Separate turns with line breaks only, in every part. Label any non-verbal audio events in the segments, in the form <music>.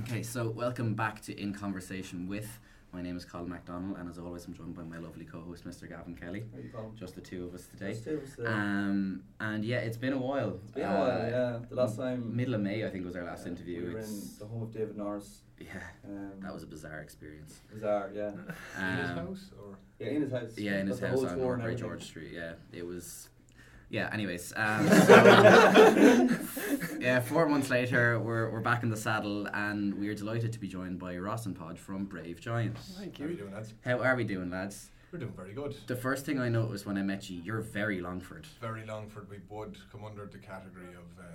Okay, so welcome back to In Conversation with. My name is Colin MacDonald, and as always, I'm joined by my lovely co host, Mr. Gavin Kelly.
There you go.
Just the two of us today.
Just two of us there.
Um, and yeah, it's been a while. Uh,
it's been a while, yeah. The last time.
Middle of May, I think, was our last
uh,
interview.
We were in
It's-
the home of David Norris.
yeah,
Um,
that was a bizarre experience.
bizarre,
<laughs>
yeah.
in his
Um,
house or
Yeah, in his house.
Yeah, in his
Got the
house
whole
on
tour
Norbury
and everything. <laughs>
George Street. Yeah, it was. Yeah. Anyways, um, so, yeah. Four months later, we're, we're back in the saddle, and we're delighted to be joined by Ross and Pod from Brave Giants.
thank you. How are you doing, lads?
How are we doing, lads?
We're doing very good.
The first thing I noticed when I met you, you're very Longford.
Very Longford, we would come under the category of uh,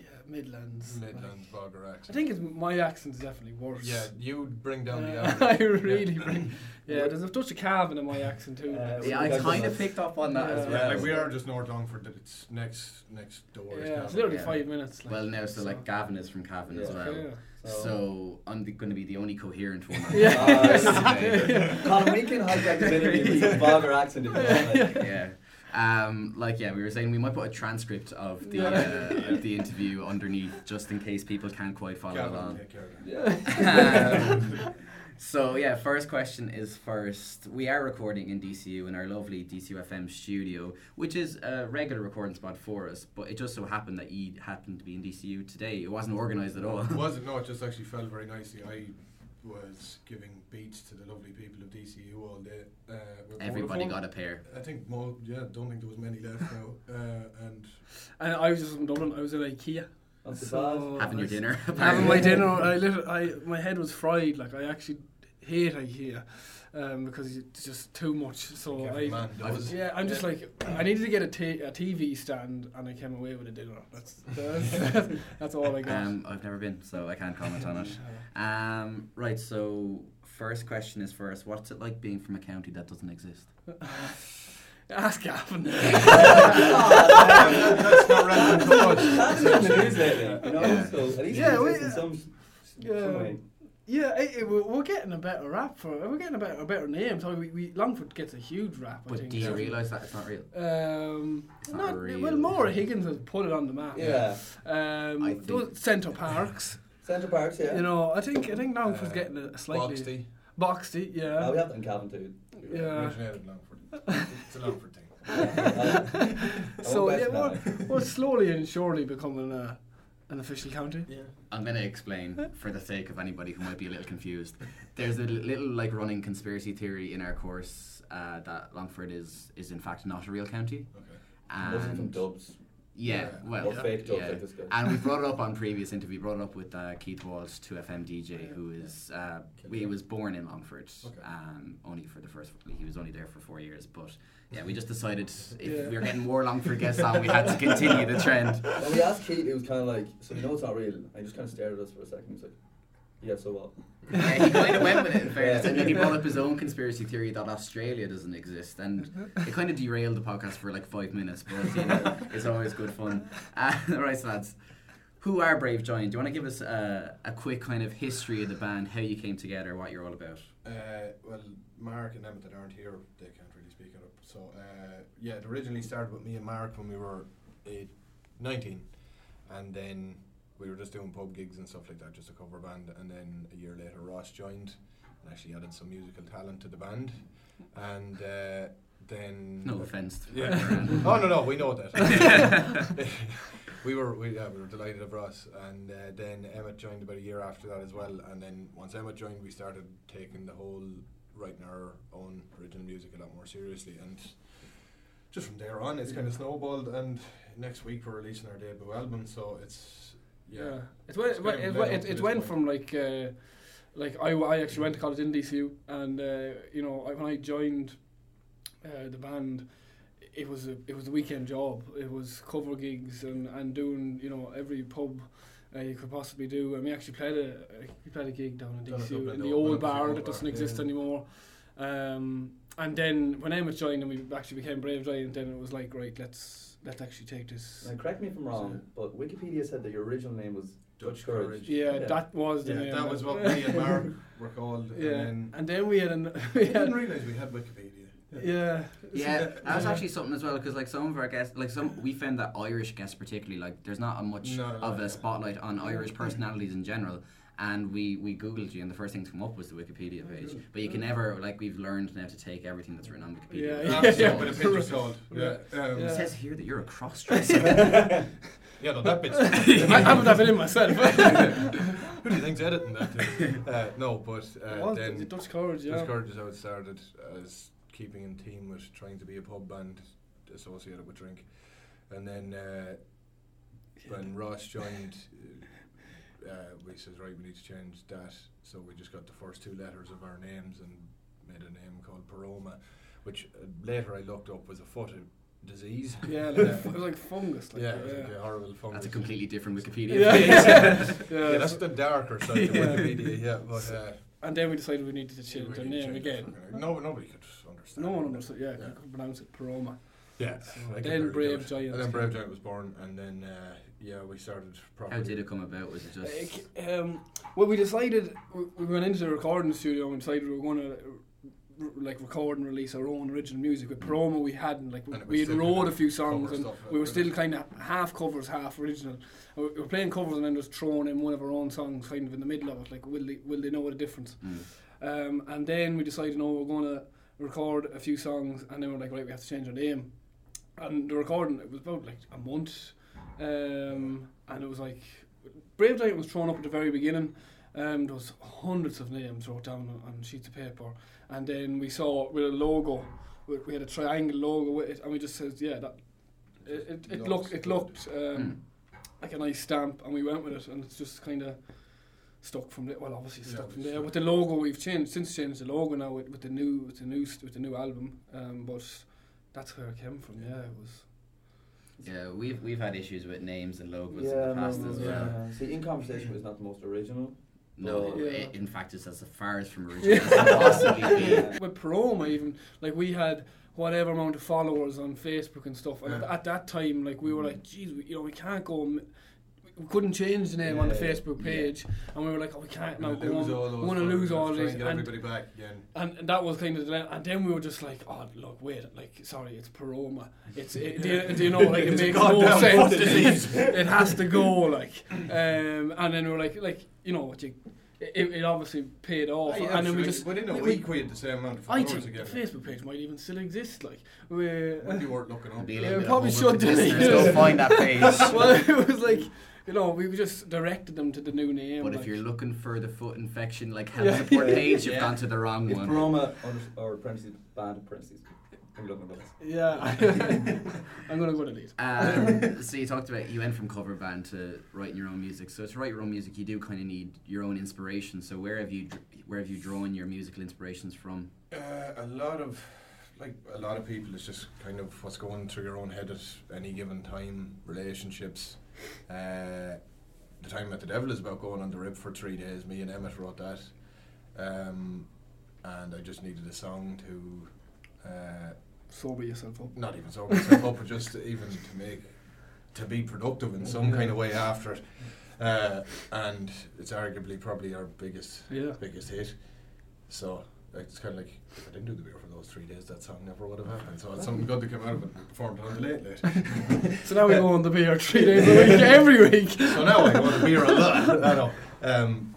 Yeah, Midlands. like-
Midlands Bogger
I
accent.
think it's my accent's definitely worse.
yeah, you bring down the
Yeah, <laughs> I
average.
really
Yeah.
bring. Yeah, there's a touch of Calvin in my accent too.
Uh,
Yeah, I
Like
kind of
us.
picked up on that as
Yeah.
well.
Yeah, like we are just North Longford. that It's next next door. is
yeah, it's
Cavan.
literally
yeah.
five minutes. Like,
Well, now so like Gavin is from Cavan as
Yeah.
well.
Yeah.
So I'm going to be the only coherent one. on
Yeah.
the podcast
exactly.
today.
<laughs> Colin, we can
<laughs>
hijack this interview with some vulgar accent if you want. Like,
yeah. Um, like yeah, we were saying we might put a transcript of the
Yeah.
uh, of the interview underneath just in case people can't quite follow
Cavan,
along.
take care of it.
yeah.
<laughs> Um, so yeah, first question is first. We are recording in DCU in our lovely DCU FM studio, which is a regular recording spot for us. But it just so happened that you happened to be in DCU today. It wasn't organised at all.
It wasn't. No, it just actually fell very nicely. I was giving beats to the lovely people of DCU all day. Uh, with
Everybody
Vodafone.
got a pair.
I think more. Yeah, don't think there was many left now. Uh, and
And I was just in Dublin. I was in IKEA.
Not so bad.
So
Having your
I- <laughs>
dinner.
Having my dinner. I, lit- I my head was fried. Like I actually hate IKEA um, because it's just too much. So
Kevin
I.
Mann
I was-
does.
Yeah, I'm just
Yeah.
like I needed to get a, t- a TV stand, and I came away with a dinner. That's <laughs> that's, that's all I got.
Um, I've never been, so I can't comment on <laughs> it. Um, right, so first question is first, what's it like being from a county that doesn't exist?
<laughs>
<laughs>
Ask Gavin.
That's not relevant to
That's
us.
in the news lately. You know,
Yeah.
so at least
Yeah,
yeah,
we-
in some,
Yeah.
some way.
Yeah, it, it, we're, we're getting a better rap for it. We're getting a better, a better name. So we, we Longford gets a huge rap. I
But
think.
do you
so.
realise that it's not real?
Um,
It's not
not,
real.
well, Maura Higgins has put it on the map.
Yeah.
Um,
I think-
those Centre Parks.
Central Parks, yeah.
You know, I think I think Longford's
Uh,
getting a slightly
Boxty.
Boxty,
Oh, we
yeah.
have that in Calvin too.
Uh, Yeah.
Originated in Longford. It's a Longford thing.
<laughs>
<laughs> so
I won't
yeah, we're,
question that.
we're slowly and surely becoming uh, an official county.
Yeah.
I'm going to explain for the sake of anybody who might be a little confused. There's a li- little like running conspiracy theory in our course uh, that Longford is is in fact not a real county.
Okay.
Those are some
And
dubs.
yeah,
Yeah.
well,
Or fake dubs
yeah.
like this guy.
And we brought it up on previous interview. We brought it up with uh, Keith Walsh, 2FM
Oh,
DJ, who is uh, he was born in Longford.
Okay.
Um, only for the first, he was only there for four years. But yeah, we just
<laughs>
decided if
Yeah.
we were getting more Longford guests on, we had to continue the trend.
When we asked Keith, it was kind of like, so you know it's not real. And he just kind of stared at us for a second. He was like, yeah, so what?
Yeah, he kind of went with it in fairness,
Yeah.
and then he brought up his own conspiracy theory that Australia doesn't exist, and it kind of derailed the podcast for like five minutes. But you <laughs> know, it's always good fun. Uh, <laughs> right, so lads. Who are Brave Giant? Do you want to give us uh, a quick kind of history of the band, how you came together, what you're all about?
Uh, well, Mark and Emmett that aren't here, they can't really speak it up. So, uh, yeah, it originally started with me and Mark when we were eight, 19. And then we were just doing pub gigs and stuff like that, just a cover band. And then a year later, Ross joined and actually added some musical talent to the band. And uh, then.
No offense. to
Yeah.
Iran.
<laughs> oh, no, no, we know that. we were we, yeah, we were delighted of Ross, and uh, then Emmett joined about a year after that as well. And then once Emmett joined, we started taking the whole writing our own original music a lot more seriously, and just from there on, it's kind of snowballed. And next week we're releasing our debut album, so it's yeah,
Yeah, it went.
It's
It
kind
went,
of
it
led
went,
up
it,
to
it
this
went
point.
from like, uh, like I, I actually went to college in DCU, and uh, you know I, when I joined uh, the band, it was a it was a weekend job. It was cover gigs and, and doing you know every pub. Uh, you could possibly do. I mean, actually played a uh, we played a gig down in
Down in
DCU in
Dublin,
the
the
old
old
bar
bar,
that doesn't
yeah.
exist anymore. Um, and then when Emmett joined and we actually became Brave Giant, then it was like right, let's let's actually take this.
Now, correct me if I'm wrong, but Wikipedia said that your original name was Dutch
Dutch
Courage. <laughs>
Courage.
yeah,
Yeah.
that was the
yeah
name.
that was
<laughs>
what me and Mark were called.
Yeah,
and then
we had an
I
<laughs> we
didn't
had,
realize we had Wikipedia.
yeah
Yeah, that was
Yeah. <laughs>
actually something as well because like some of our guests, like some we found that Irish guests particularly, like there's not a much
Not a lot,
of
yeah.
a spotlight on Irish personalities in general, and we, we googled you and the first thing to come up was the Wikipedia page. But you can never like we've learned now to take everything that's written on Wikipedia.
Yeah,
with a
<laughs>
yeah,
pinch
<laughs> yeah.
of
but
salt.
a picture-
Yeah. Um,
It
Yeah.
says here that you're a cross dresser.
yeah, no, that bit's.
<laughs> I haven't have it in myself.
<laughs> Who do you think's editing that? thing? Uh, no, but uh,
Well,
then
the Dutch courage, yeah.
This Courage is how it started as keeping in team with trying to be a pub band associated with drink. And then uh, when Ross joined, uh, we said, right, we need to change that. So we just got the first two letters of our names and made a name called Paroma, which uh, later I looked up was a foot disease. <laughs>
Yeah, like,
Yeah.
it was like fungus. Like,
yeah, it was
yeah.
like a horrible fungus.
that's a completely different Wikipedia
Yeah.
<laughs> page.
<laughs> yeah.
Yeah, that's the darker side of
Yeah.
Wikipedia, yeah. But, uh,
and then we decided we needed to change
we
our
did
name
change it.
again.
No, nobody could understand.
No one
it.
understood. Yeah,
Yeah.
I could pronounce it Paroma.
Yeah.
So
I could
then
barely do
Brave
it.
Giant
And then Brave
came.
Giant was born, and then uh, yeah, we started. Properly.
How did it come about? Was it just
Uh, Um, well, we decided we we went into the recording studio and decided we were going to like record and release our own original music. With promo, we hadn't like we,
And it was
we had
still
wrote
kinda
a few songs
cover
and
stuff,
we were
uh,
still kind of half covers, half original. And we we were playing covers and then just throwing in one of our own songs, kind of in the middle of it. Like, will they will they know the difference?
Mm.
Um, and then we decided, no, we're going to record a few songs, and then we're like, right, we have to change our name. And the recording, it was about like a month, um, and it was like Brave Giant was thrown up at the very beginning. Um, there was hundreds of names wrote down on, on sheets of paper, and then we saw with a logo, we, we had a triangle logo with it, and we just said, yeah, that it, it, it looked it looked
Mm.
um, like a nice stamp, and we went with it, and it's just kind of stuck from there. Well, obviously
Yeah,
stuck from
obviously.
there. With the logo, we've changed since changed the logo now with, with the new with the new st- with the new album. Um, but that's where it came from. Yeah, it was.
Yeah, we've we've had issues with names and logos in
Yeah,
the
no,
past
no,
as
no,
well.
yeah. See, in conversation was not the most <laughs> original.
No,
Yeah.
i- in fact, it's as far as from original as it can possibly <laughs> be.
Yeah.
With Paroma, even like we had whatever amount of followers on Facebook and stuff, and
Yeah. Mm-hmm.
at that time, like we were like, geez, we, you know, we can't go. m- We couldn't change the name on the
Yeah.
Facebook page, and we were like, oh, we can't now
We're gonna
go
lose all
on.
those
We want to lose
photographs,
all
try
these.
and get
And,
everybody back again.
and, and that was kind of the and then we were just like, oh, look, wait, like, sorry, it's Paroma. It's it, do, you, do you know, like,
<laughs>
it
It's a
makes no
goddamn
sense.
foot disease.
<laughs> it has to go, like, um, and then we were like, like, you know what, you, it, it obviously paid off,
Aye,
Oh, and then we
absolutely.
just
within a
we-
week we had the same amount of
I
followers
think the
again.
Facebook page might even still exist. Like,
<laughs>
we
Maybe you weren't looking up.
Be a
Yeah,
little bit
we
of
probably
homework
should
for
do
listeners. Go
it.
find that <laughs> page.
well, <laughs> it was like, you know, we just directed them to the new name.
But
like-
if you're looking for the foot infection, like health
Yeah.
support
Yeah.
page, you've
Yeah.
gone to the wrong
It's
one.
Paroma under- or parentheses band parentheses. I'm looking at this.
yeah, <laughs> I'm gonna go to these.
<laughs> Um, so you talked about you went from cover band to writing your own music. So to write your own music, you do kind of need your own inspiration. So where have you dr- where have you drawn your musical inspirations from?
Uh, a lot of, like a lot of people, it's just kind of what's going through your own head at any given time. Relationships. Uh, the time at the devil is about going on the rib for three days. Me and Emmett wrote that, um, and I just needed a song to, uh,
<laughs> Sober yourself up.
not even sober myself up, but just even to make, to be productive in some kind of way after it. Uh, and it's arguably probably our biggest
Yeah.
biggest hit. So like, it's kind of like if I didn't do the beer for those three days, that song never would have happened. So it's something good to come out of it. We performed it on the late late.
<laughs>
So now we go on the
<laughs>
beer three days a week, every week.
so now I go to beer a lot. I know. Um,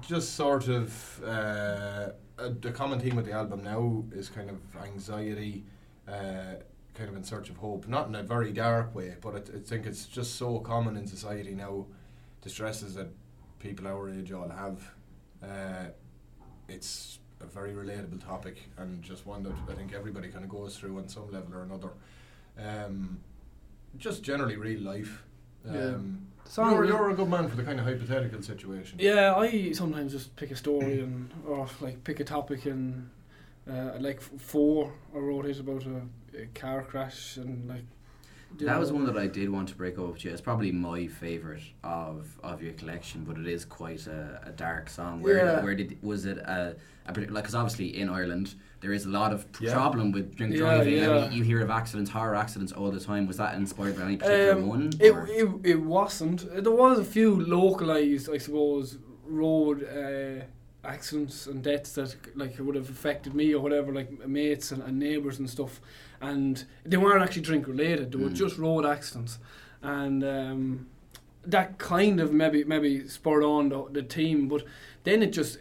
just sort of uh, uh, the common theme with the album now is kind of anxiety, uh, kind of in search of hope. Not in a very dark way, but I, I think it's just so common in society now. The stresses that people our age all have. Uh, it's a very relatable topic and just one that I think everybody kind of goes through on some level or another. Um, just generally real life.
Yeah.
Um,
Song-
you're, you're a good man for the kind of hypothetical situation.
Yeah, I sometimes just pick a
Mm.
story and or like pick a topic and uh, like f- four. I wrote it about a, a car crash and like. you
That
know.
was one that I did want to break up with you. It's probably my favorite of of your collection, but it is quite a, a dark song. Where
Yeah.
where did was it a, a partic- like? Because obviously in Ireland there is a lot of pr-
Yeah.
problem with drink
Yeah,
driving. I
yeah.
mean, you hear of accidents, horror accidents all the time. Was that inspired by any particular
Um,
one?
It,
or-
it, it wasn't. There was a few localized, I suppose, road uh, accidents and deaths that like would have affected me or whatever, like mates and, and neighbors and stuff.
Hmm.
And they weren't actually drink related. They were
Mm.
just road accidents, and um, that kind of maybe maybe spurred on the, the team, but then it just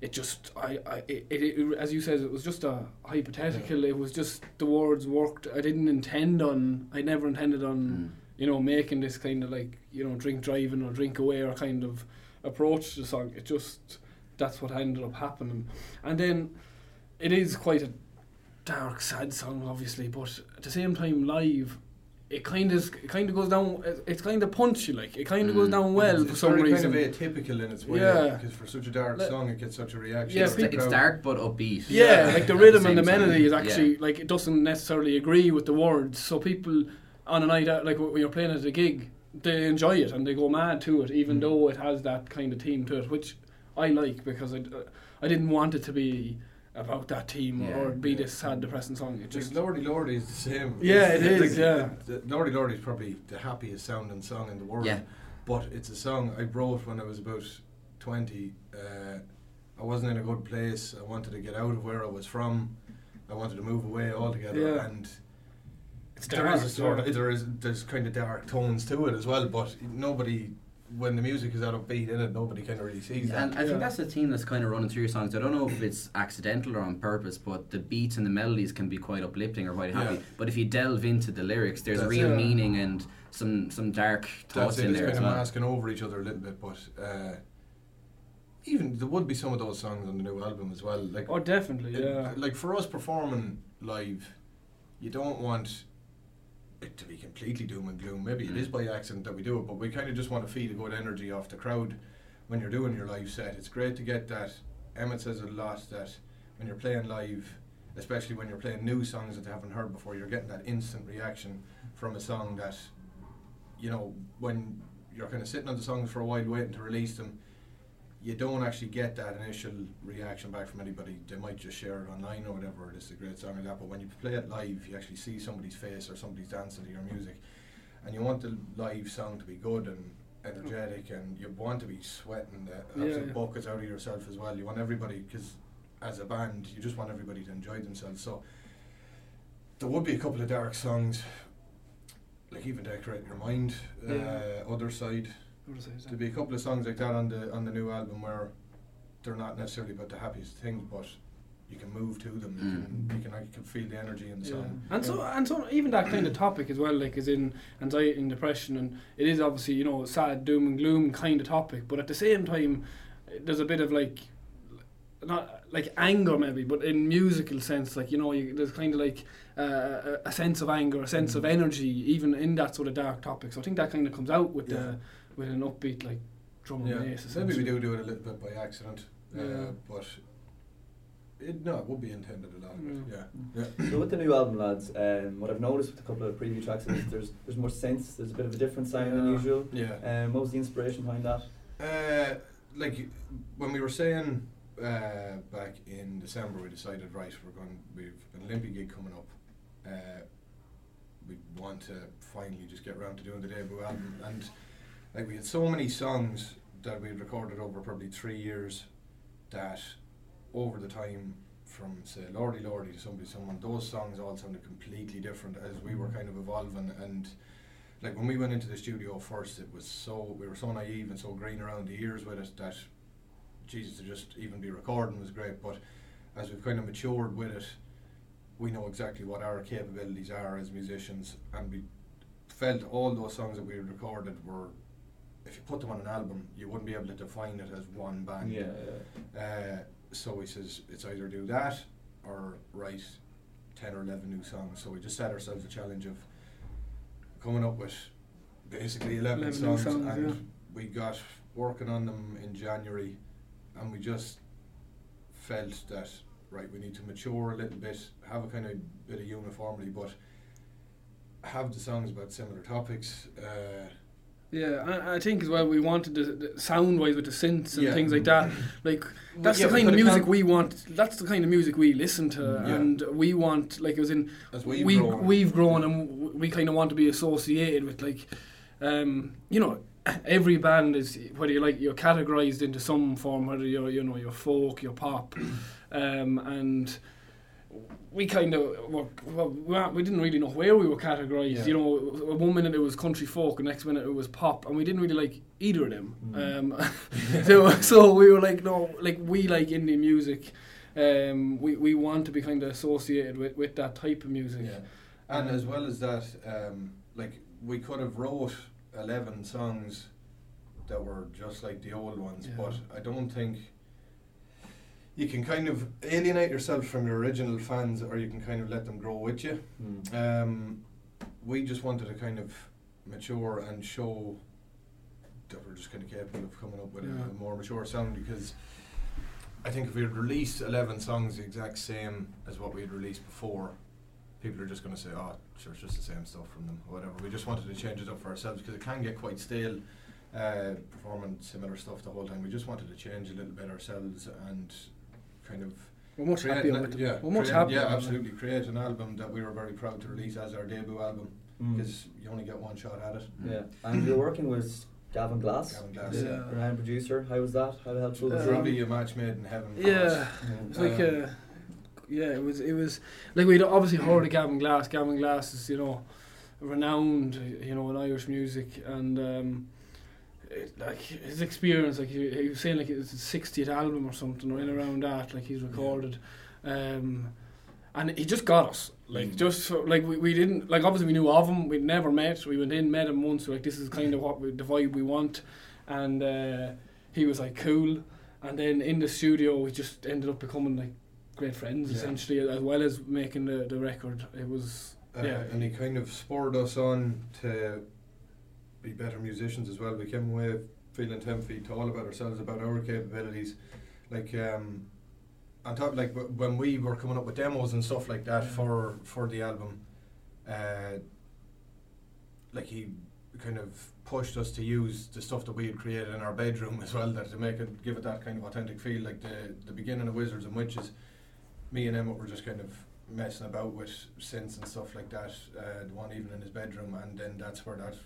it, just I, I it, it, it as you said it was just a hypothetical. It was just the words worked. I didn't intend on. I never intended on
Hmm.
Hmm.
you know making this kind of like you know drink driving or drink away or kind of approach to the song. It just that's what ended up happening, and then it is quite a dark, sad song, obviously, but at the same time, live. It kind of it kind of goes down. it- It's kind of punchy, like it kind of goes
Mm.
down well
Hmm. it's,
for
it's
some
very
reason.
kind of atypical in its way
Yeah.
because for such a dark
Let-
song, it gets such a reaction. uh,
Yeah,
it's,
from the
it's
crowd.
dark but upbeat.
yeah,
Yeah.
like the
At
rhythm
same
and the
time,
melody is
yeah.
actually like it doesn't necessarily agree with the words. So people on a night out, like when you're playing at a gig, they enjoy it and they go mad to it,
Mm.
even though it has that kind of theme to it, which I like because I, I didn't want it to be about that team
Yeah,
or be
yeah.
this sad, depressing song. It
Just
just
Lordy Lordy is the same.
Yeah,
It's-
it
it's
is, yeah.
the- the Lordy Lordy is probably the happiest sounding song in the world.
Yeah.
But it's a song I wrote when I was about 20. Uh, I wasn't in a good place. I wanted to get out of where I was from. I wanted to move away altogether.
Yeah.
And
it's
there is a
dark,
sort
yeah.
of, there is there's kind of dark tones to it as well. But nobody, when the music is out of beat in it, nobody kind of really sees that.
And I
Yeah.
think that's the theme that's kind of running through your songs. I don't know if it's accidental or on purpose, but the beats and the melodies can be quite uplifting or quite happy.
Yeah.
But if you delve into the lyrics, there's
That's
real
it.
meaning and some some dark
That's
thoughts
it.
in
It's
there
kind
as
of
well.
masking over each other a little bit, but uh, even there would be some of those songs on the new album as well. Like,
Oh, definitely,
it-
yeah.
like for us performing live, you don't want it to be completely doom and gloom. Maybe it
Mm.
is by accident that we do it, but we kind of just want to feed a good energy off the crowd when you're doing your live set. It's great to get that. Emmett says a lot that when you're playing live, especially when you're playing new songs that they haven't heard before, you're getting that instant reaction from a song that, you know, when you're kind of sitting on the songs for a while waiting to release them, you don't actually get that initial reaction back from anybody. They might just share it online or whatever. This is a great song or that. But when you play it live, you actually see somebody's face or somebody's dancing to your music, and you want the live song to be good and energetic, and you want to be sweating the absolute
Yeah.
buckets out of yourself as well. You want everybody because as a band, you just want everybody to enjoy themselves. So there would be a couple of dark songs, like even "Decorate Your Mind,"
Yeah.
uh, "Other Side."
What was I saying?
There'd be a couple of songs like that on the on the new album where they're not necessarily about the happiest things, but you can move to them. You can you can, like, you can feel the energy in the song.
Mm. And so, and so, even that kind of topic as well, like is in anxiety and depression, and it is obviously you know sad, doom and gloom kind of topic. But at the same time, eh, there's a bit of like, not like anger maybe, but in musical sense, like you know, you, there's kind of like uh, a- a sense of anger, a sense
Mm.
of energy, even in that sort of dark topic. So I think that kind of comes out with
Yeah.
the with an upbeat like drum and
Yeah,
bass.
maybe we
essentially.
do do it a little bit by accident,
Yeah.
uh, but it no, it would be intended a lot. of it,
Mm.
Yeah, yeah.
So with the new album, lads, um, what I've noticed with a couple of preview tracks is there's there's more sense. There's a bit of a different sound than
Yeah.
usual.
yeah.
Um, what was the inspiration behind that?
Uh, like when we were saying uh, back in December, we decided right, we're going. We've an Olympic gig coming up. Uh, we want to finally just get around to doing the debut album, and like we had so many songs that we had recorded over probably three years, that over the time from say Lordy Lordy to somebody someone, those songs all sounded completely different as we were kind of evolving and like when we went into the studio first, it was so we were so naive and so green around the ears with it that Jesus to just even be recording was great. But as we've kind of matured with it, we know exactly what our capabilities are as musicians, and we felt all those songs that we had recorded were, if you put them on an album, you wouldn't be able to define it as one band.
Yeah,
Uh, so he says it's either do that or write ten or eleven new songs. So we just set ourselves a challenge of coming up with basically eleven,
11 new
songs,
songs,
and
yeah.
we got working on them in January, and we just felt that right we need to mature a little bit, have a kind of bit of uniformity, but have the songs about similar topics. Uh,
Yeah, I, I think as well we wanted the, the sound wise with the synths and
Yeah.
things like that. Like that's
yeah,
the
we
kind of
could've
music
gone-
we want. That's the kind of music we listen to,
Mm, Yeah.
and we want like it was in
as we've
we
grown.
we've grown and w- we kind of want to be associated with like, um, you know, every band is whether you like you're
<clears throat>
categorized into some form, whether you're you know you're folk, you're pop, um, and we kind of were, well, we weren't- we didn't really know where we were categorized.
Yeah.
You know, one minute it was country folk, and next minute it was pop, and we didn't really like either of them.
Hmm.
Um, <laughs> so, so we were like, no, like we like indie music. Um, we we want to be kind of associated with, with that type of music.
Yeah. And as well as that, um, like we could have wrote eleven songs that were just like the old ones,
Yeah.
but I don't think you can kind of alienate yourself from your original fans, or you can kind of let them grow with you.
Mm.
Um, we just wanted to kind of mature and show that we're just kind of capable of coming up with
Yeah.
a, more mature sound because I think if we had released 11 songs the exact same as what we had released before, people are just going to say, oh, sure, it's just the same stuff from them, or whatever. We just wanted to change it up for ourselves because it can get quite stale. Uh, performing similar stuff the whole time. We just wanted to change a little bit ourselves and kind of
We're much
Create
happier
an-
with it.
yeah,
We're much
create-
happier.
Yeah,
with it.
absolutely. Create an album that we were very proud to release as our debut album
Hmm. Mm.
because you only get one shot at it.
Hmm.
Mm.
Yeah, and you're working with Gavin Glass,
Gavin Glass,
the
yeah.
Grand producer. How was that? How helpful was
Um,
that?
Truly a match made in heaven. for
Yeah.
us.
It's
Hmm.
Um,
like uh, yeah, it was it was like we'd obviously heard of Gavin Glass. Gavin Glass is you know renowned you know in Irish music and um, it, like his experience like he, he was saying like it's his sixtieth album or something or in around that like he's recorded. Um, and he just got us like
Mm.
just so, like we, we didn't like obviously we knew of him we'd never met we went in met him once like this is kind of what we, the vibe we want and uh, he was like cool and then in the studio we just ended up becoming like great friends
Yeah.
essentially as well as making the, the record it was
Uh,
Yeah.
And he kind of spurred us on to be better musicians as well. We came away feeling 10 feet tall about ourselves, about our capabilities. Like, um, on top, like w- when we were coming up with demos and stuff like that
Yeah.
for, for the album, uh, like he kind of pushed us to use the stuff that we had created in our bedroom <laughs> as well, that to make it give it that kind of authentic feel. Like the the beginning of Wizards and Witches, me and Emmett were just kind of messing about with synths and stuff like that. Uh, the one evening in his bedroom, and then that's where that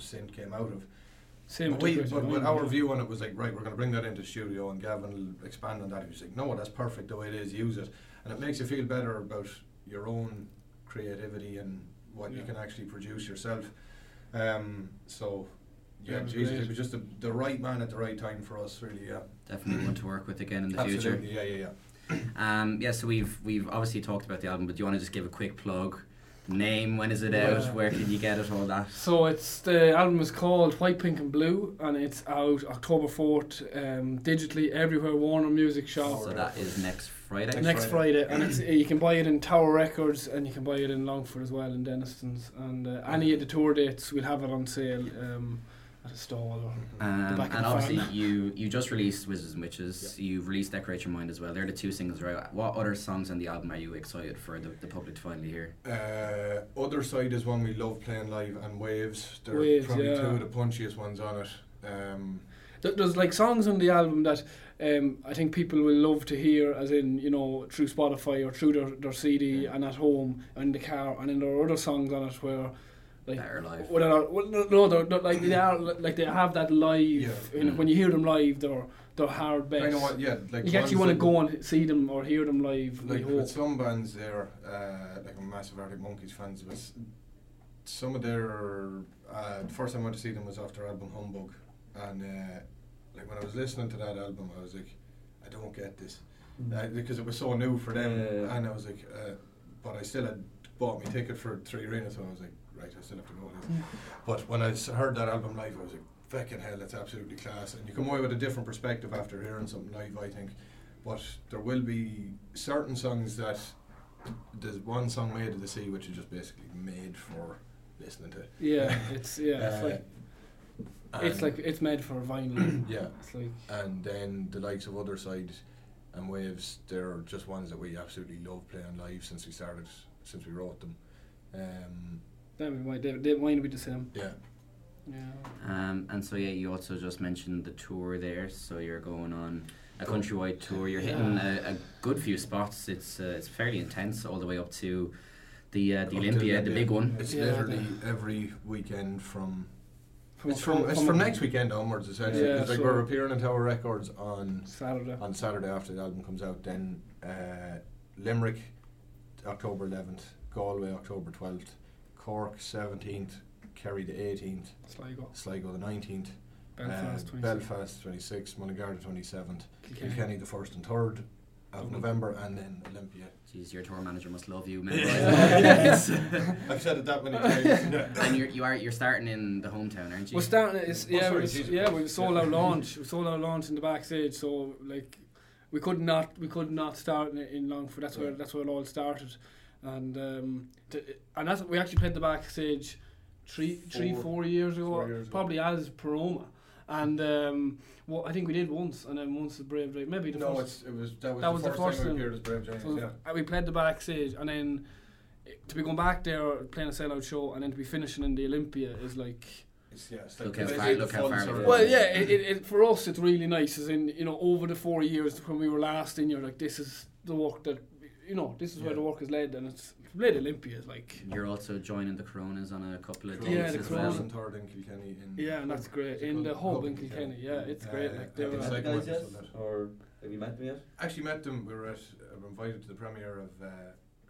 synth came out of.
same
But we,
took us
but,
to
but
London.
our view on it was like, right, we're going to bring that into studio, and Gavin will expand on that. He was like, no, that's perfect the way it is. Use it, and it makes you feel better about your own creativity and what you
Yeah.
can actually produce yourself. Um, so,
Yeah,
yeah,
it was
Jesus,
great.
it was just the, the right man at the right time for us, really. Yeah,
Definitely one to work with again in the future.
absolutely. Yeah, yeah, yeah.
Um, yeah, so we've we've obviously talked about the album, but do you want to just give a quick plug? Name, when is it out?
Yeah.
Where can you get it? All that.
so it's the album is called White Pink and Blue and it's out October 4th um, digitally everywhere Warner Music Shop
So that is next Friday.
next, Friday, and it's, you can buy it in Tower Records and you can buy it in Longford as well in Deniston's and uh, any of the tour dates we'll have it on sale um, at a stall or The
Um,
back of
and
the
obviously,
van.
you you just released Wizards and Witches. You've released Decorate Your Mind as well. They're the two singles, right? What other songs on the album are you excited for the, the public to finally hear?
Uh, Other Side is one we love playing live, and Waves. They're
Waves,
probably
yeah.
two of the punchiest ones on it. Um,
Th- There's like songs on the album that um, I think people will love to hear, as in you know through Spotify or through their, their CD and at home and in the car, and then there are other songs on it where like
Better Life.
well, they're- well, no, no, they're, they're like they are like they have that live.
Yeah.
You know, when you hear them live, they're they're hard best.
kind of what, yeah, like
you
ones
actually want to
that-
go and see them or hear them live. we
Like
hope.
with some bands, there, uh, like I'm massive Arctic Monkeys fans, but s- some of their uh, the first time I went to see them was off their album Humbug, and uh, like when I was listening to that album, I was like, I don't get this uh, because it was so new for them,
Yeah, yeah.
and I was like, uh, but I still had bought my ticket for three arena, so I was like, right, I still have to go. to this.
Mm.
but when I s- heard that album live, I was like, fucking hell, that's absolutely class, and you come away with a different perspective after hearing something live, I think. But there will be certain songs that there's one song made of the sea, which is just basically made for listening to.
yeah, it's yeah, it's
Uh,
like
and-
it's like it's made for
<clears throat>
vinyl.
Uh, yeah,
it's like
and then the likes of other side and waves they're just ones that we absolutely love playing live since we started since we wrote them um,
that would be my, they, mine would be the same.
yeah
Yeah.
Um, and so yeah, you also just mentioned the tour there. So you're going on a countrywide tour. You're hitting a, a good few spots. It's uh, it's fairly intense all the way up to the uh,
Up
the
to
Olympia, the
Olympia.
big one.
it's
Yeah,
literally
the-
every weekend from it's from it's from next weekend onwards essentially
Yeah,
'cause, like
so-
we're appearing in Tower Records on
Saturday.
on Saturday after the album comes out then uh, Limerick October 11th, Galway October 12th, Cork 17th, Kerry the 18th,
Sligo,
Sligo the 19th,
Belfast,
uh,
26.
Belfast 26th, Mullingar the 27th,
Kilkenny.
Kilkenny the 1st and 3rd of
Dublin.
November, and then Olympia.
Jeez, your tour manager must love <laughs>
<laughs>
you,
Yeah.
<laughs>
<laughs>
man.
I've said it that <laughs> many times.
and you're you are you're starting in the hometown, aren't you?
We're starting. It's,
Oh,
yeah,
sorry,
we was,
Jesus
yeah,
Christ.
we sold our launch. We sold our launch in the backstage. So like, we could not, we could not start in, in Longford. That's where
Yeah.
that's where it all started, and um, t- and that's we actually played the backstage three, three,
Four-
four years ago,
four years ago.
probably uh, as Peroma. And um, well, I think we did once, and then once the Brave Day, maybe the
No,
first.
it's, it was, that was
That
the
was the
first,
first
time
one.
I appeared as Brave Giants.
So
yeah.
uh, we played the backstage, and then uh, to be going back there playing a sellout show, and then to be finishing in the Olympia is like.
It's, yeah, it's
Look
like
how
they
far-
did the
look how
fun
far
sort
we've
of-
Well, yeah, it, it, it, for us it's really nice. As in, you know, over the four years when we were last in, you're like, this is the work that, you know, this is where
Yeah.
the work is led, and it's led Olympia, like,
You're also joining the Coronas on a couple of
Coronas.
days
Yeah, the
as
Coronas.
well.
and third in Kilkenny. In
yeah, and that's great. In the hub in Kilkenny, yeah, it's great.
Uh,
Like, they
I
were,
think
Have you
Sligo
guys
was
yet?
also there.
Or have you met them yet?
Actually met them. We were at. I were invited to the premiere of uh,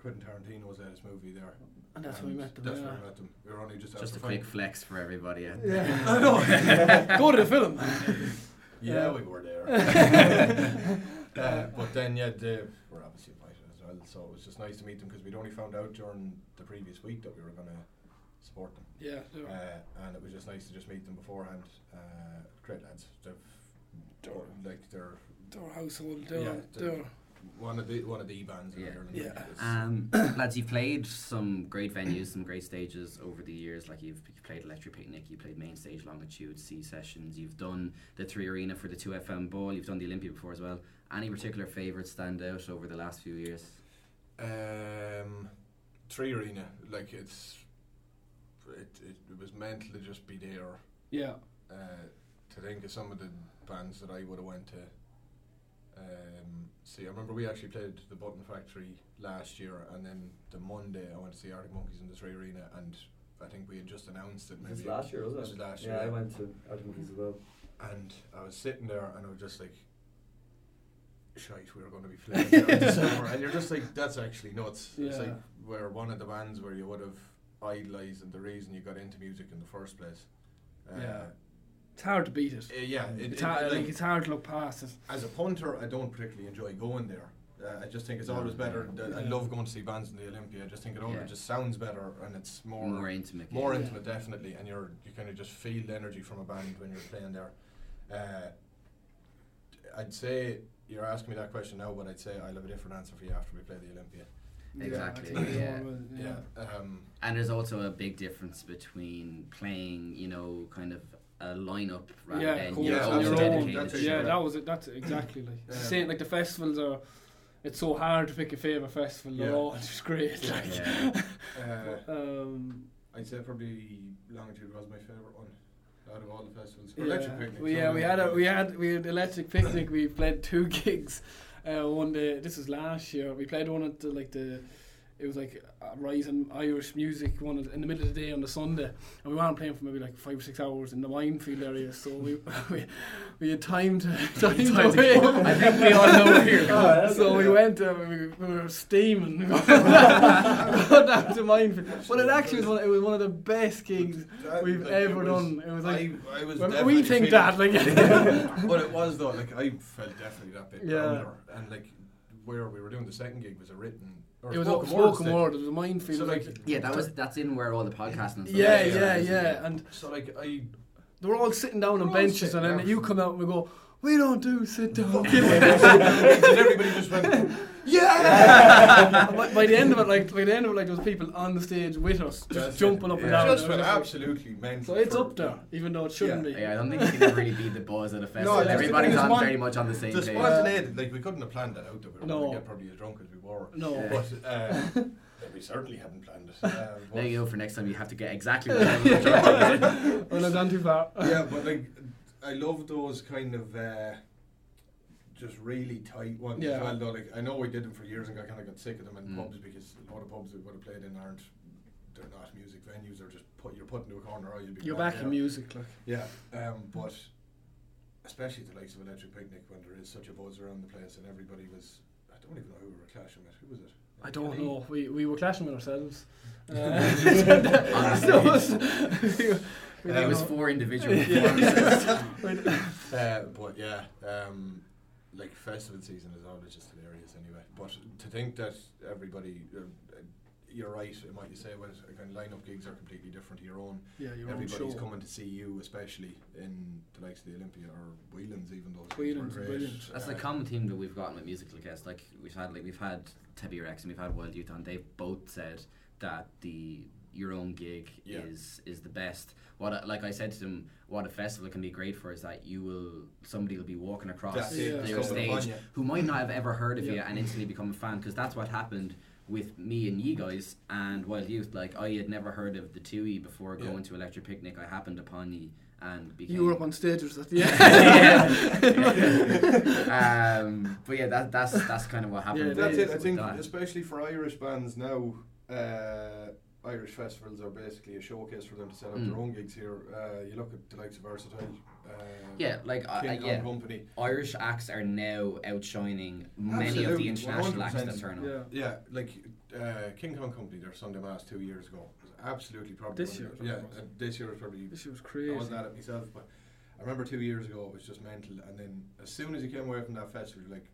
Quentin Tarantino's latest movie there.
and that's when
And
we met them.
That's
yeah.
where we met them. We were only just out
Just a
for
quick
fun.
flex for everybody. eh? <laughs>
<laughs>
Yeah. I know. <laughs> Go to the film.
Yeah,
Yeah.
we were
<laughs>
there. uh, but then yeah, they were obviously invited as well. So it was just nice to meet them because we'd only found out during the previous week that we were going to support them.
Yeah, they were.
Uh, and it was just nice to just meet them beforehand. Uh, great lads. They've like they're
they were household. They were,
Yeah,
they
the-
were
one of the one of the bands in
Yeah.
Ireland.
Yeah.
like, it's-
Um, lads, you've played some great venues, some great stages over the years. Like you've, you've played Electric Picnic, you played Main Stage Longitude, C Sessions. You've done the Three Arena for the Two FM Bowl. You've done the Olympia before as well. Any particular favourites stand out over the last few years?
Um, Tree Arena, like it's, it, it, it was meant to just be there.
yeah,
Uh, to think of some of the bands that I would have went to. Um, see, I remember we actually played the Button Factory last year, and then the Monday I went to see Arctic Monkeys in the Tree Arena, and I think we had just announced it. Maybe
This is last year, wasn't it?
This is last
yeah,
year.
I went to Arctic Monkeys as well.
and I was sitting there and I was just like, shite, we were going to be playing there in December. And you're just like, that's actually nuts. It's
Yeah.
like, we're one of the bands where you would have idolised and the reason you got into music in the first place. Uh,
Yeah. it's hard to beat it.
eh, yeah. It,
It's
it-
hard,
like,
like, it's hard to look past it.
as a punter, I don't particularly enjoy going there. Uh, I just think it's always better. that- I
Yeah.
love going to see bands in the Olympia. I just think it always
Yeah.
just sounds better and it's
More, intimate.
more
Yeah.
intimate definitely and you're you kind of just feel the energy from a band when you're playing there uh, I'd say you're asking me that question now but I'd say I'll have a different answer for you after we play the Olympia
Exactly,
I think they
yeah.
were,
um,
And there's also a big difference between playing, you know, kind of a lineup rather
yeah,
than
cool.
your
Yeah,
own
your own,
dedicated
that's it,
show.
yeah, that was it. That's it, exactly like
Yeah.
saying like the festivals are. It's so hard to pick a favorite festival. They're
Yeah.
all <laughs> just great.
Yeah.
Like,
Yeah.
uh,
um,
I'd say probably Longitude was my favourite one out of all the festivals Or
yeah,
Electric Picnic
we, yeah,
sorry.
we had a we had we had electric picnic. we played two <laughs> gigs. Uh, one day, this was last year. We played one at the, like the. It was like a rising Irish music one at- in the middle of the day on the Sunday, and we weren't playing for maybe like five or six hours in the minefield area. So we <laughs> we, we had time <laughs> to
Time
time, to
to
wait.
go. I think we all know
<laughs>
here.
Oh, that's
so
good,
we
yeah.
went uh, we, we were steaming. <laughs> Got down to minefield. But it actually was one. It was one of the best gigs
That-
we've
like, it
ever
was-
done. It was like
I, I was
Well,
definitely
we think
feeling-
that,
<laughs>
like,
but it was though. Like I felt definitely that bit
Yeah.
older, and like where we were doing the second gig was a written. Or
it was
spoken
up
word
spoken
thing.
word. It was a minefield.
So
like,
like,
<laughs>
Yeah, that was that's in where all the podcasting. and stuff
yeah,
is,
yeah,
isn't
yeah.
it?
And
so like I
they were all sitting down
We're
on
all
benches,
sitting
and then
down.
you come out and we go, "We don't do
<laughs>
sit <laughs> down."
and everybody just went.
yeah. by, by the end of it, like by the end of it, like there was people on the stage with us, just
"That's it."
jumping up and
Yeah.
down.
Just
It was
went
just like-
absolutely mental.
so it's
for-
up there, even though it shouldn't
Yeah.
be.
Yeah, I don't think you can really beat the buzz at a festival.
that's the
Everybody's
thing,
on
it's one-
very much on the same
The
page.
spontaneity, like we couldn't have planned that out. That we were
No.
going to get probably as drunk as we were.
<laughs> No.
Yeah.
But
<laughs>
uh, we certainly hadn't
<laughs>
planned it. Uh,
There
but-
you go. For next time, <laughs> you have to get
<laughs>
exactly. What I'm
well, I've gone too far.
yeah, but like I love those kind of uh, just really tight ones
Yeah.
as well. Though, like I know we did them for years and I kind of got sick of them in
Mm.
pubs because a lot of pubs we would have played in aren't they're not music venues. They're just put you're put into a corner or you'd be
You're
playing
back
there.
in music, like.
Yeah, um, but especially the likes of Electric Picnic when there is such a buzz around the place and everybody was. I I don't even know who we were clashing with. Who was it?
I
Kenny? <laughs>
don't know. We, we were clashing
<laughs>
with ourselves. Uh, <laughs>
Honestly.
so it was- <laughs> we- we
it
don't
was
know.
four individual
Yeah.
performances.
<laughs>
Uh, but yeah, um, like festival season is always just hilarious anyway. But to think that everybody, uh, uh, you're right in what you say, when kind of lineup gigs are completely different to your own.
Yeah, your own
Everybody's
show.
coming to see you, especially in the likes of the Olympia or Whelan's, even though
Whelan's brilliant.
That's the
Uh,
common theme that we've gotten with musical guests. Like we've had, like we've had Tebby Rex and we've had Wild Youth, and they've both said that the your own gig
Yeah.
is is the best. What I, like I said to them, what a festival can be great for is that you will somebody will be walking across
That's
it, Yeah.
their
stumble
stage
upon you.
who might not have ever heard of you
Yeah.
and instantly become a fan because that's what happened with me and you guys and Wild Youth. Like I had never heard of the two E before
Yeah.
going to Electric Picnic. I happened upon you and became
You were up on stages at
<laughs>
the
Yeah. <laughs> um, but yeah, that, that's that's kind of what happened.
Yeah,
That's
it
it.
is
I
with
think,
that.
especially for Irish bands now, uh, Irish festivals are basically a showcase for them to set up
Mm.
their own gigs here. Uh, you look at the likes of Versatile, uh,
yeah, like uh,
King
uh,
Kong
yeah,
Company.
Irish acts are now outshining many of the
Absolutely,
international acts that
100%.
turn up.
Yeah.
Yeah, like uh, King Kong Company, their Sunday Mass two years ago was absolutely probably
This
one of
year,
their-
was
Yeah,
it?
uh, this year was probably.
This shit was
I
crazy.
wasn't at it myself, but I remember two years ago it was just mental. And then as soon as you came away from that festival, you're like,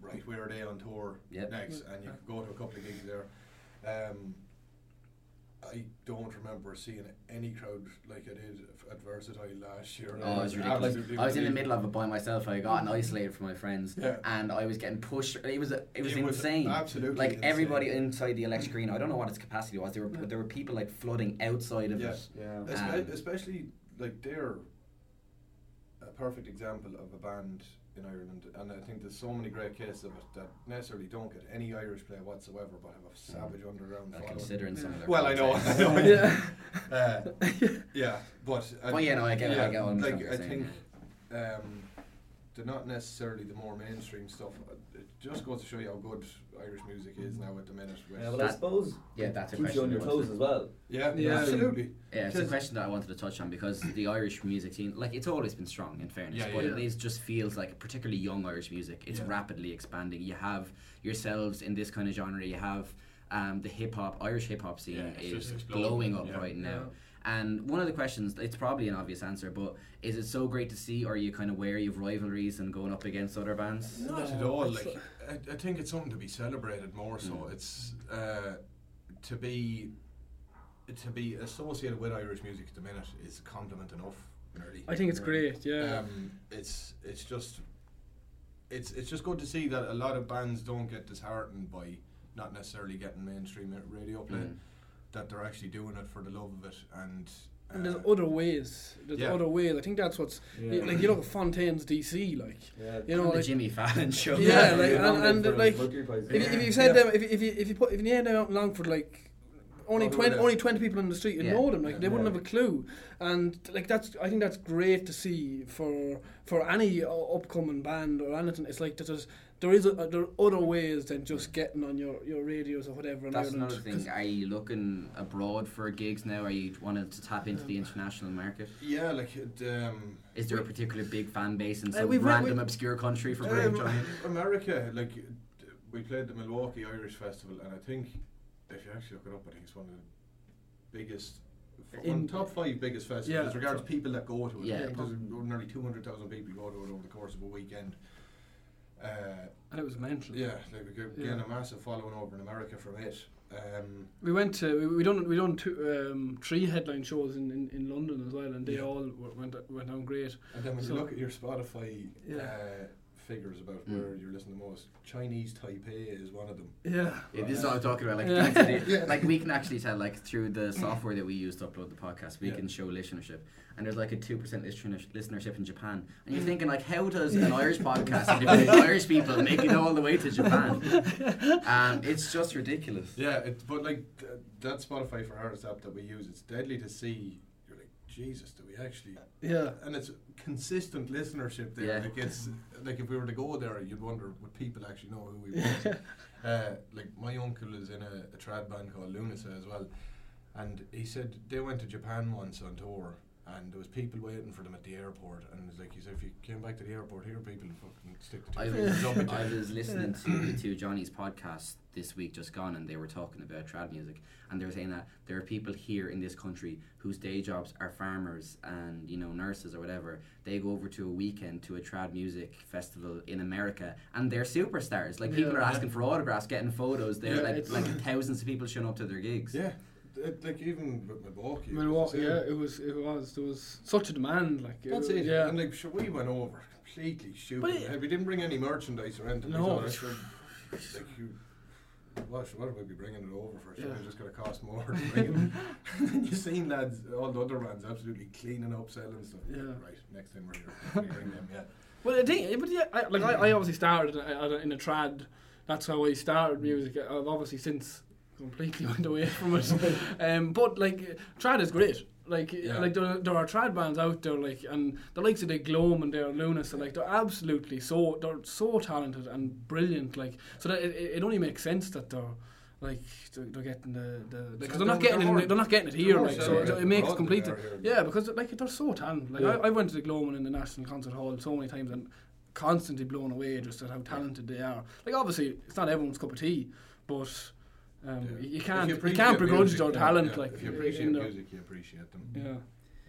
right, where are they on tour
Yep.
next? And you could go to a couple of gigs there. Um, I don't remember seeing any crowd like I did f- at Versatile last year.
Oh, it was ridiculous.
Absolutely
I was in the
unbelievable.
middle of it by myself. I got isolated from my friends,
Yeah.
and I was getting pushed. It was it was
It was
insane.
absolutely
like
insane.
everybody inside the electric green. I don't know what its capacity was. There were
Yeah.
there were people like flooding outside of
Yeah.
it.
Yeah.
Um,
Espe- especially like they're a perfect example of a band in Ireland, and I think there's so many great cases of it that necessarily don't get any Irish play whatsoever, but have a savage underground.
Well,
following.
considering some of their
<laughs> Well, I know, I
contacts. <laughs>
know.
Yeah.
Uh, yeah, but I,
Well, yeah, no, I get it, I get what you're
like I
saying,
think um, they're not necessarily the more mainstream stuff. It just goes to show you how good Irish music
Mm.
is now at the minute. with-
Yeah, but I
That-
suppose
Yeah, that's a
keeps you
question.
on your
that was-
toes as well.
yeah,
Yeah.
absolutely.
Yeah, it's a
Because-
question that I wanted to touch on because the Irish music scene, like it's always been strong in fairness,
Yeah, yeah,
but it
yeah.
is just feels like particularly young Irish music. It's
Yeah.
rapidly expanding. You have yourselves in this kind of genre. You have um, the hip hop Irish hip hop scene
Yeah, it's
is
just exploding,
blowing up
yeah.
right now. And one of the questions, it's probably an obvious answer, but is it so great to see, or are you kind of wary of rivalries and going up against other bands?
Not
No,
at all.
it's
Like I, I think it's something to be celebrated more. So
Mm.
it's uh, to be to be associated with Irish music at the minute is compliment enough. Really.
I think it's great. Yeah.
Um, it's it's just it's it's just good to see that a lot of bands don't get disheartened by not necessarily getting mainstream r- radio play.
Mm.
That they're actually doing it for the love of it and.
and there's
uh,
other ways. There's
yeah.
other ways. I think that's what's
Yeah.
like. You look at Fontaine's DC, like
Yeah.
you know,
the
like
Jimmy Fallon <laughs> show.
Yeah, like,
you're
and-
nominated
and,
for the
like,
Mercury Prize.
If, if you said them, if, if you if you put if you named out Longford like only
Oh, who
twenty
knows?
only twenty people in the street would
Yeah.
know them like
Yeah.
they wouldn't
Yeah.
have a clue, and like that's I think that's great to see for for any uh, upcoming band or anything. It's like that there's there is a, there are other ways than just getting on your, your radios or whatever. in
That's
Ireland.
another thing. Are you looking abroad for gigs now? Are you wanting to tap into the international market?
yeah, like it, um,
Is there a particular big fan base in
Uh,
some
we've- we-
random
we-
obscure country for Brave
<laughs> Um,
Giant?
America, like d- we played the Milwaukee Irish Festival, and I think if you actually look it up, I think it's one of the biggest, f-
In-
one top five biggest festivals
Yeah.
as regards people that go to it.
Yeah.
I think there's nearly two hundred thousand people go to it over the course of a weekend. Uh,
and it was mental.
yeah, like we g-
Yeah.
gained a massive following over in America from it. Um,
We went to we, we done we done two, um, three headline shows in, in, in London as well, and they
Yeah.
all w- went went down great.
and then when
So-
you look at your Spotify
Yeah. Hmm.
uh, figures about
Mm.
where you're listening the most, Chinese Taipei is one of them.
Yeah.
Yeah, this is what I'm talking about. Like,
Yeah.
things that they-
Yeah.
like we can actually tell, like through the software that we use to upload the podcast, we
Yeah.
can show listenership. And there's like a two percent listenership in Japan. And you're thinking, like, how does an Irish podcast, with Irish people, make it all the way to Japan? Um, it's just ridiculous.
Yeah, it, but like th- that Spotify for artists app that we use, it's deadly to see. You're like, Jesus, do we actually?
Yeah.
And it's consistent listenership there.
Yeah.
Like it's like if we were to go there, you'd wonder would people actually know who
<laughs>
we were. uh, like my uncle is in a, a trad band called Lunasa as well, and he said they went to Japan once on tour, and there was people waiting for them at the airport. And it was like you said, if you came back to the airport here, people fucking stick to <laughs>
I
two
was,
fingers up at you.
I was listening to the two Johnny's podcast this week just gone and they were talking about trad music and they were saying that there are people here in this country whose day jobs are farmers and you know nurses or whatever they go over to a weekend to a trad music festival in America and they're superstars like people
Yeah.
are asking for autographs getting photos they're
Yeah,
like
it's-
like thousands of people showing up to their gigs
Yeah, it, like even with Milwaukee. it was the
Milwaukee,
same.
yeah, it was, it was. There was such a demand, like
That's
was-
it.
Yeah,
And like, sure, we went over completely
But
stupid.
it-
And we didn't bring any merchandise or anything.
No.
Like, like you, what, what would we be bringing it over for? Sure,
Yeah.
it's just going to cost more. to bring it.
<laughs>
<laughs> and then you've seen lads, all the other bands, absolutely cleaning up, selling stuff.
Yeah.
Right, next time we're here, we bring
<laughs>
them. Yeah.
Well, I think, but yeah, I, like I, I obviously started at- at a- in a trad. That's how I started music. I've obviously since completely <laughs> went away from it. um, but like trad is great. Like
Yeah.
like there, there are trad bands out there like and the likes of the Gloam and their Lunas and like they're absolutely so they're so talented and brilliant. Like so that it, it it only makes sense that they're. Like they're, they're getting the the because they're not
they're
getting
more-
it, they're not getting it
they're
here
more
like so
celebrated
it, it makes
abroad than
complete
they are here.
yeah um, because like they're so talented like
Yeah.
I, I went to the Gloam in the National Concert Hall so many times and constantly blown away just at how talented they are. Like obviously, it's not everyone's cup of tea, but um,
Yeah.
you, you
If
can't you,
appreciate
can't begrudge
music,
their
yeah,
talent.
yeah.
Like
if you
in
appreciate
the-
music, you appreciate them.
yeah.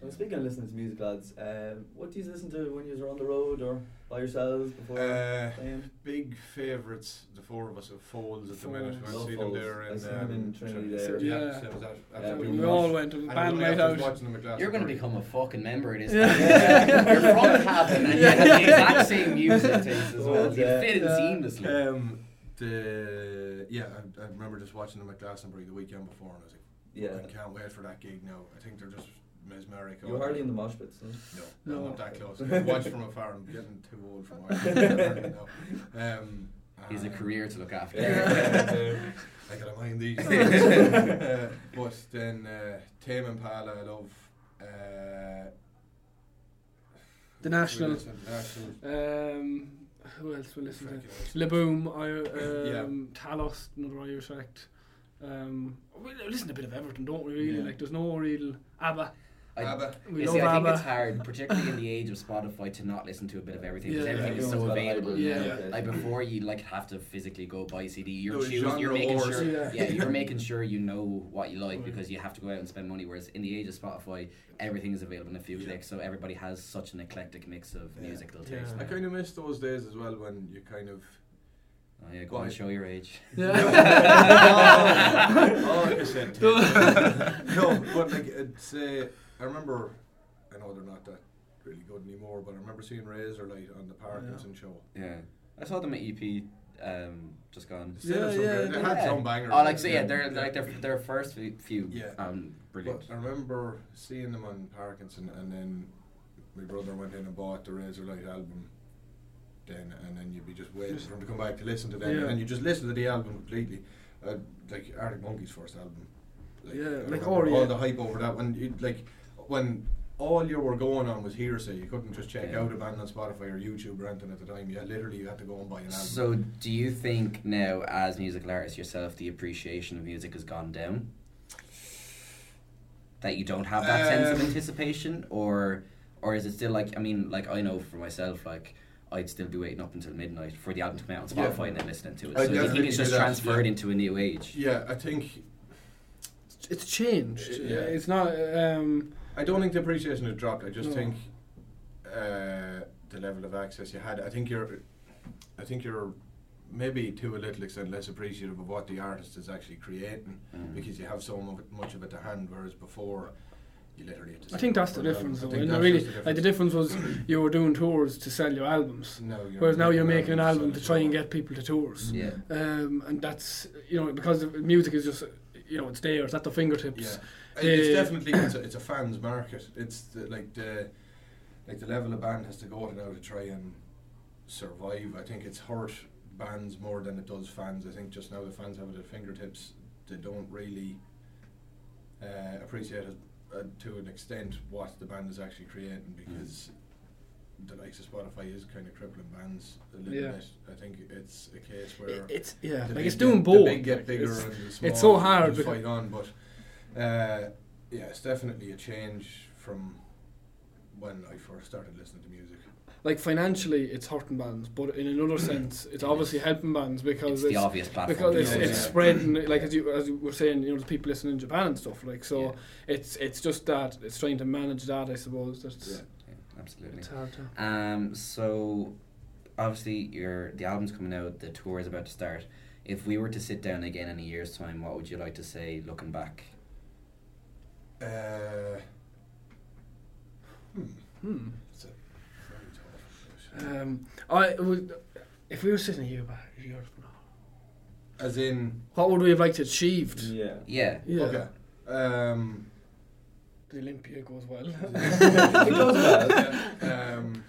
And speaking of listening to music, lads, um, what do you listen to when you're on the road or by yourselves before
Uh,
playing?
Big favourites, the four of us have Foles at the minute.
Foles.
I
Love
see them
Foles.
there
I
in,
seen them
um,
in Trinity
Tr-
there.
Yeah.
so it was at- at
Yeah,
the
we
we
Moonlight.
all went to
And
band
everybody else
night
was
out.
watching them at Glastonbury.
You're going to become a fucking member of this.
Yeah.
Yeah. You're from Cabin and you have the exact same music taste as well. You
Yeah.
fit in seamlessly.
Um, the yeah, I, I remember just watching them at Glastonbury the weekend before, and I was like,
Yeah.
I can't wait for that gig now. I think they're just mesmeric.
You're hardly in the mosh pits. No?
No,
No.
I'm not
<laughs>
that close. I watch from afar. I'm getting too old for <laughs> watching.
<laughs>
um,
He's a
uh,
career to look after.
<laughs> Yeah. I gotta mind these. <laughs> uh, but then uh, Tame Impala, I love. Uh,
The National.
Willis and National.
Um, who else we listen to?
Fucking awesome. <coughs>
Laboom, I, um, Talos, another Irish act. Um, we listen to a bit of everything, don't we? Really,
Yeah.
like there's no real ABBA.
<laughs>
I,
ABBA.
We
you
love
see, I think
ABBA.
it's hard, particularly in the age of Spotify, to not listen to a bit of everything because
Yeah.
everything is so
Everyone's got
available.
idols,
Yeah.
now. Like before, you like have to physically go buy CD. You're
Those
choosing, you're
genre
making
wars.
sure,
Yeah.
yeah. you're making sure you know what you like
Mm.
because you have to go out and spend money. Whereas in the age of Spotify, everything is available in a few
Yeah.
clicks, so everybody has such an eclectic mix of
Yeah.
musical
Yeah.
taste.
I kind of miss those days as well when you kind of.
Oh, yeah, go on,
Why?
show your age.
<laughs> oh, like I <laughs> said, Tame Impala. no, but like it's. Uh, I remember. I know they're not that really good anymore, but I remember seeing Razorlight on the Parkinson show.
Yeah, I saw them at EP. Um, just gone.
They still
Yeah,
have some
yeah,
good- they
yeah.
had some bangers.
Oh, like so, yeah, they're they're like their their first fe- few.
Yeah.
Um, brilliant.
But I remember seeing them on Parkinson, and then my brother went in and bought the Razorlight album. Then and then you'd be just waiting for him to come back to listen to them,
Yeah.
and then you just listen to the album completely, uh, like Arctic Monkeys' first album.
Yeah,
I
like,
remember
oh, yeah.
all the hype over that one. You'd, like when all you were going on was hearsay, you couldn't just check
Yeah.
out a band on Spotify or YouTube or anything at the time. You had, literally you had to go and buy an album.
So, do you think now, as musical artist yourself, the appreciation of music has gone down? That you don't have that sense of
Um,
anticipation, or or is it still like I mean, like I know for myself, like I'd still be waiting up until midnight for the album to come out on
Yeah.
Spotify and then listening to it.
I
So, do you think
definitely
it's
do
just
that,
transferred
yeah.
into a new age?
yeah, I think
<laughs> It's changed.
Yeah.
It's not. Um,
I don't think the appreciation has dropped. I just
No.
think uh, the level of access you had. I think you're, I think you're maybe to a little extent less appreciative of what the artist is actually creating
Mm.
because you have so mu- much of it to hand. Whereas before, you literally had to.
I
sit
think that's the
down for an
difference, though.
album. I think that's
isn't it, really,
just
like the
difference.
difference was you were doing tours to sell your albums,
No,
whereas now you're making an
so
album to
it's
try and
all-
get people to tours.
Yeah.
Um, and that's you know because the music is just you know it's there, it's at the fingertips.
Yeah,
Uh,
it's definitely it's a, it's a fans market. It's the, like the like the level a band has to go to now to try and survive. I think it's hurt bands more than it does fans. I think just now the fans have it at fingertips. They don't really uh, appreciate it uh, to an extent what the band is actually creating because. The likes of Spotify is kind of crippling bands a little
Yeah.
bit. I think it's a case where
It- It's yeah,
the
like
big
it's doing
get,
both.
The big get
like,
bigger
it's-
and the small
it's so hard
just
because-
fight on, but uh, yeah, it's definitely a change from when I first started listening to music.
Like financially, it's hurting bands, but in another sense, it's obviously helping bands because
Mm. It's
it's,
the obvious platform.
because
to Mm.
it's,
use.
it's spreading. Like as you as you were saying, you know, there's people listening in Japan and stuff. Like so,
Yeah.
it's it's just that it's trying to manage that. I suppose that's
Yeah.
Yeah, absolutely.
it's hard. To,
Um, so obviously your the album's coming out, the tour is about to start. If we were to sit down again in a year's time, what would you like to say looking back?
Uh,
hmm.
it's a very tough. question.
Um, I would if we were sitting here back a year from now,
As in,
what would we have liked to achieved?
Yeah.
Yeah.
Yeah.
okay. Um,
The Olympia
<laughs>
goes well.
<laughs> it goes well. Um,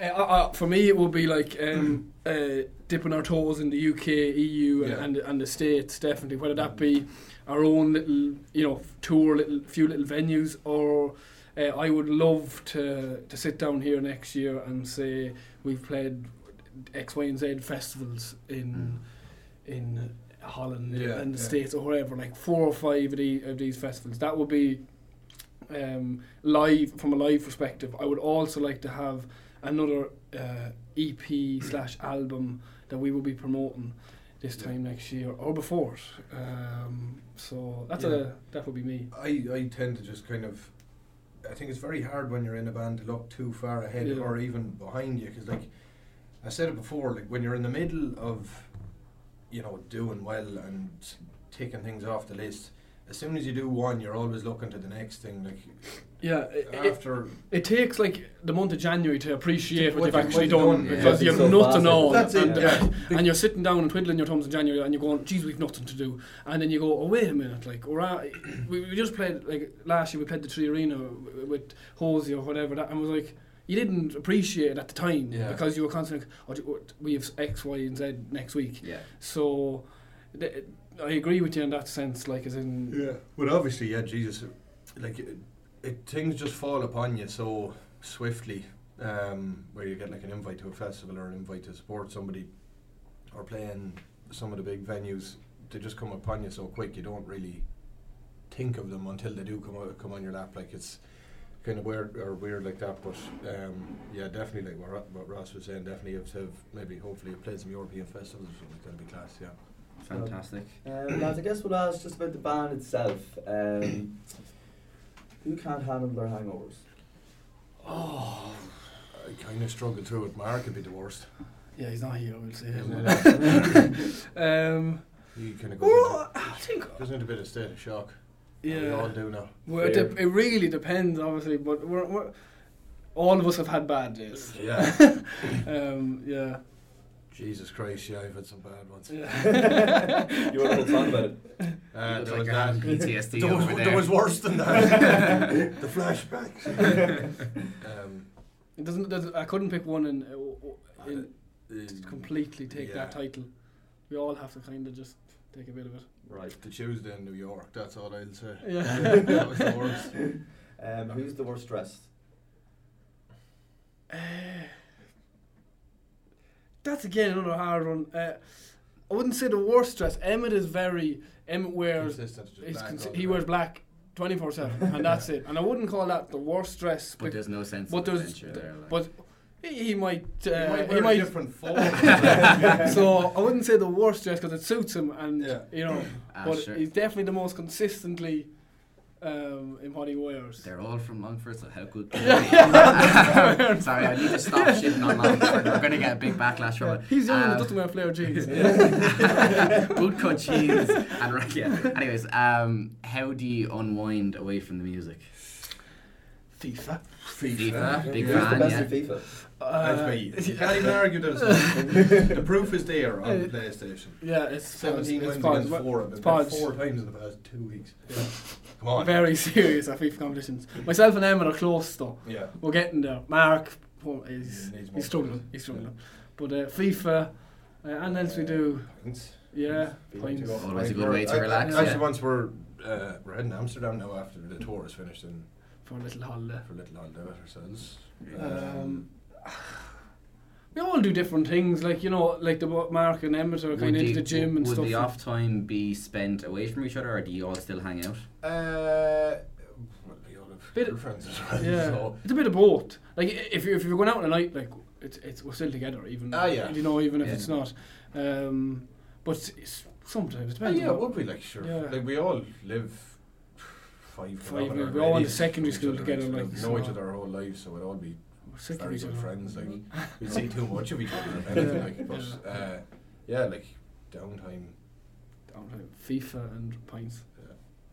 Uh, uh, for me, it would be like um, uh, dipping our toes in the UK, EU, and,
Hmm. Yeah. Hmm.
and and the states definitely. Whether that be our own little, you know, tour, little few little venues, or uh, I would love to to sit down here next year and say we've played X, Y, and Z festivals in in Holland
Hmm. Yeah,
and the
yeah.
states or wherever. Like four or five of, the, of these festivals. That would be um, live from a live perspective. I would also like to have another uh, EP slash album that we will be promoting this
Yeah.
time next year or before. it. Um, so that's
Yeah.
a that would be me.
I, I tend to just kind of. I think it's very hard when you're in a band to look too far ahead
Yeah.
or even behind you because, like, I said it before, like, when you're in the middle of, you know, doing well and taking things off the list, as soon as you do one, you're always looking to the next thing. Like,
Yeah, it, it,
after.
it takes like the month of January to appreciate what,
What
you've
you've-
actually
what you've
done
done, yeah.
because
Yeah.
you've
So
nothing
fast.
on.
That's it,
and, uh,
yeah.
and you're sitting down and twiddling your thumbs in January and you're going, geez, we've nothing to do. And then you go, oh, wait a minute, like, or, uh, we, we just played, like, last year we played the Tree Arena w- with Hosey or whatever, that, and was like, you didn't appreciate it at the time
Yeah.
because you were constantly like, oh, do- what- we have X, Y, and Z next week.
Yeah.
So th- I agree with you in that sense, like, as in,
Yeah. But obviously, yeah, Jesus, like, it, it, things just fall upon you so swiftly. Um, where you get like an invite to a festival or an invite to support somebody or playing some of the big venues, they just come upon you so quick. You don't really think of them until they do come out, come on your lap. Like it's kind of weird or weird like that. But um, yeah, definitely like what, Ro- what Ross was saying. Definitely have to have maybe hopefully have played some European festivals or something. That'd be class. Yeah.
Fantastic.
Um, lads, I guess we'll ask just about the band itself.
<coughs>
Um, who can't handle
<laughs>
their hangovers?
oh,
I kind of struggled through it. Mark would be the worst.
yeah, he's not here, I will say.
Yeah.
um,
He kind of goes.
well, I think,
into- goes into a bit of state of shock. We all
yeah.
do now.
Well, it,
Fair.
dep it really depends, obviously, but we're, we're, all of us have had bad days.
Yeah.
Um, yeah.
<laughs> Jesus Christ, yeah, I've had some bad <laughs> ones.
yeah.
You want to talk about it?
Uh,
Looks like
there was
you're having
that.
PTSD
There was,
over
there
there.
was worse than <laughs> that. the flashbacks. <laughs> um,
It doesn't, doesn't, I couldn't pick one and uh, w- w- in,
uh,
completely take
yeah.
that title. We all have to kind of just take a bit of it.
<laughs>
<laughs>
Right.
The Tuesday in New York, that's all I'll say.
Yeah.
<laughs> that was the worst.
<laughs>
Um, who's the worst dressed?
Uh, that's again another hard one. Uh, I wouldn't say the worst dress. Emmett is very, Emmett wears
Consistent, just
He's
black
consi-
all the
he
way.
wears black 24
<laughs>
7, and that's it. And I wouldn't call that the worst dress,
But
but,
there's no sense
but
of
there's-
adventure there. Like.
but he, he might.
He
Uh,
might
he
wear a
might <laughs>
different form. yeah.
so I wouldn't say the worst dress because it suits him, and
Yeah.
you know,
Ah,
but
sure.
he's definitely the most consistently um, in what he wears. <laughs>
They're <laughs> all from Longford, so how could
Yeah, yeah.
<laughs> Sorry, I need to
<laughs>
stop shitting on Longford. We're going to get a big backlash from
Yeah.
it.
He's the only one that
Um,
doesn't wear flare
<laughs>
jeans.
Boot cut
<laughs>
jeans and right, yeah. Anyways, um, how do you unwind away from the music?
FIFA.
FIFA, big
Who's the
fan,
best
yeah.
at FIFA?
Uh,
That's me.
<laughs>
You can't even argue that it's not. the proof is there on the PlayStation.
yeah, it's
17
it's
wins
pods.
against four. I've been
It's
bet
pods.
four times in the past two weeks.
Yeah.
Come on.
Very <laughs> serious at FIFA competitions. Myself and Emma are close though.
yeah.
We're getting there. Mark well, is
Needs more
he's struggling.
practice.
He's struggling. But uh, FIFA, uh, and else we do,
Pints.
yeah,
Pints.
pints.
Pints.
Always a good way to
I- I-
relax,
Actually,
yeah.
once we're uh, we're heading to Amsterdam now after the tour is finished and
for a little holiday.
for a little holiday with ourselves.
Um, we all do different things, like you know, like the Mark and Emmett are kind
Would
of into
you-
the gym and
would
stuff.
the off time be spent away from each other, or do you all still hang out?
uh, well, we all have
Bit-
we're friends as well.
yeah,
So,
it's a bit of both. Like i- if you if you're going out on a night, like it's it's we're still together, even
Ah, yeah.
you know, even if
Yeah.
it's not. Um, but it's, it's sometimes it
Ah,
depends.
yeah,
on-
would we like sure?
Yeah.
Like we all live five.
Five
kilometre
minutes. We all went to
radius
secondary
from each
school
other,
together,
so
like,
we
so-
know each other our whole lives, so we'd all be
we're sick of
very
each
good
other.
friends. Like <laughs> we'd see too much of each other, if anything. Like, but uh, yeah, like downtime.
Down to FIFA and pints.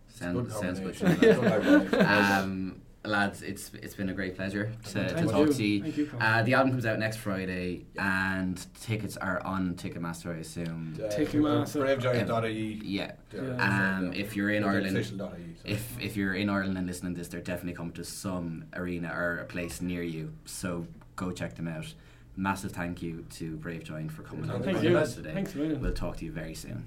Sound,
good
sounds good.
combination.
to me. <laughs>
Yeah.
um, lads, it's it's been a great pleasure to, to
Thank
talk
you.
to you.
Thank you. Colin.
Uh, the album comes out next Friday, and tickets are on Ticketmaster, I assume.
Uh,
Ticketmaster.
Bravegiant.ie.
Yeah.
Yeah.
Um, if you're in Ireland,
Official.ie, so.
if if you're in Ireland and listening to this, they're definitely coming to some arena or a place near you. So go check them out. Massive thank you to Brave Giant for coming on
Thank
the
Thank
you.
you.
podcast today.
Thanks, a million.
We'll talk to you very soon.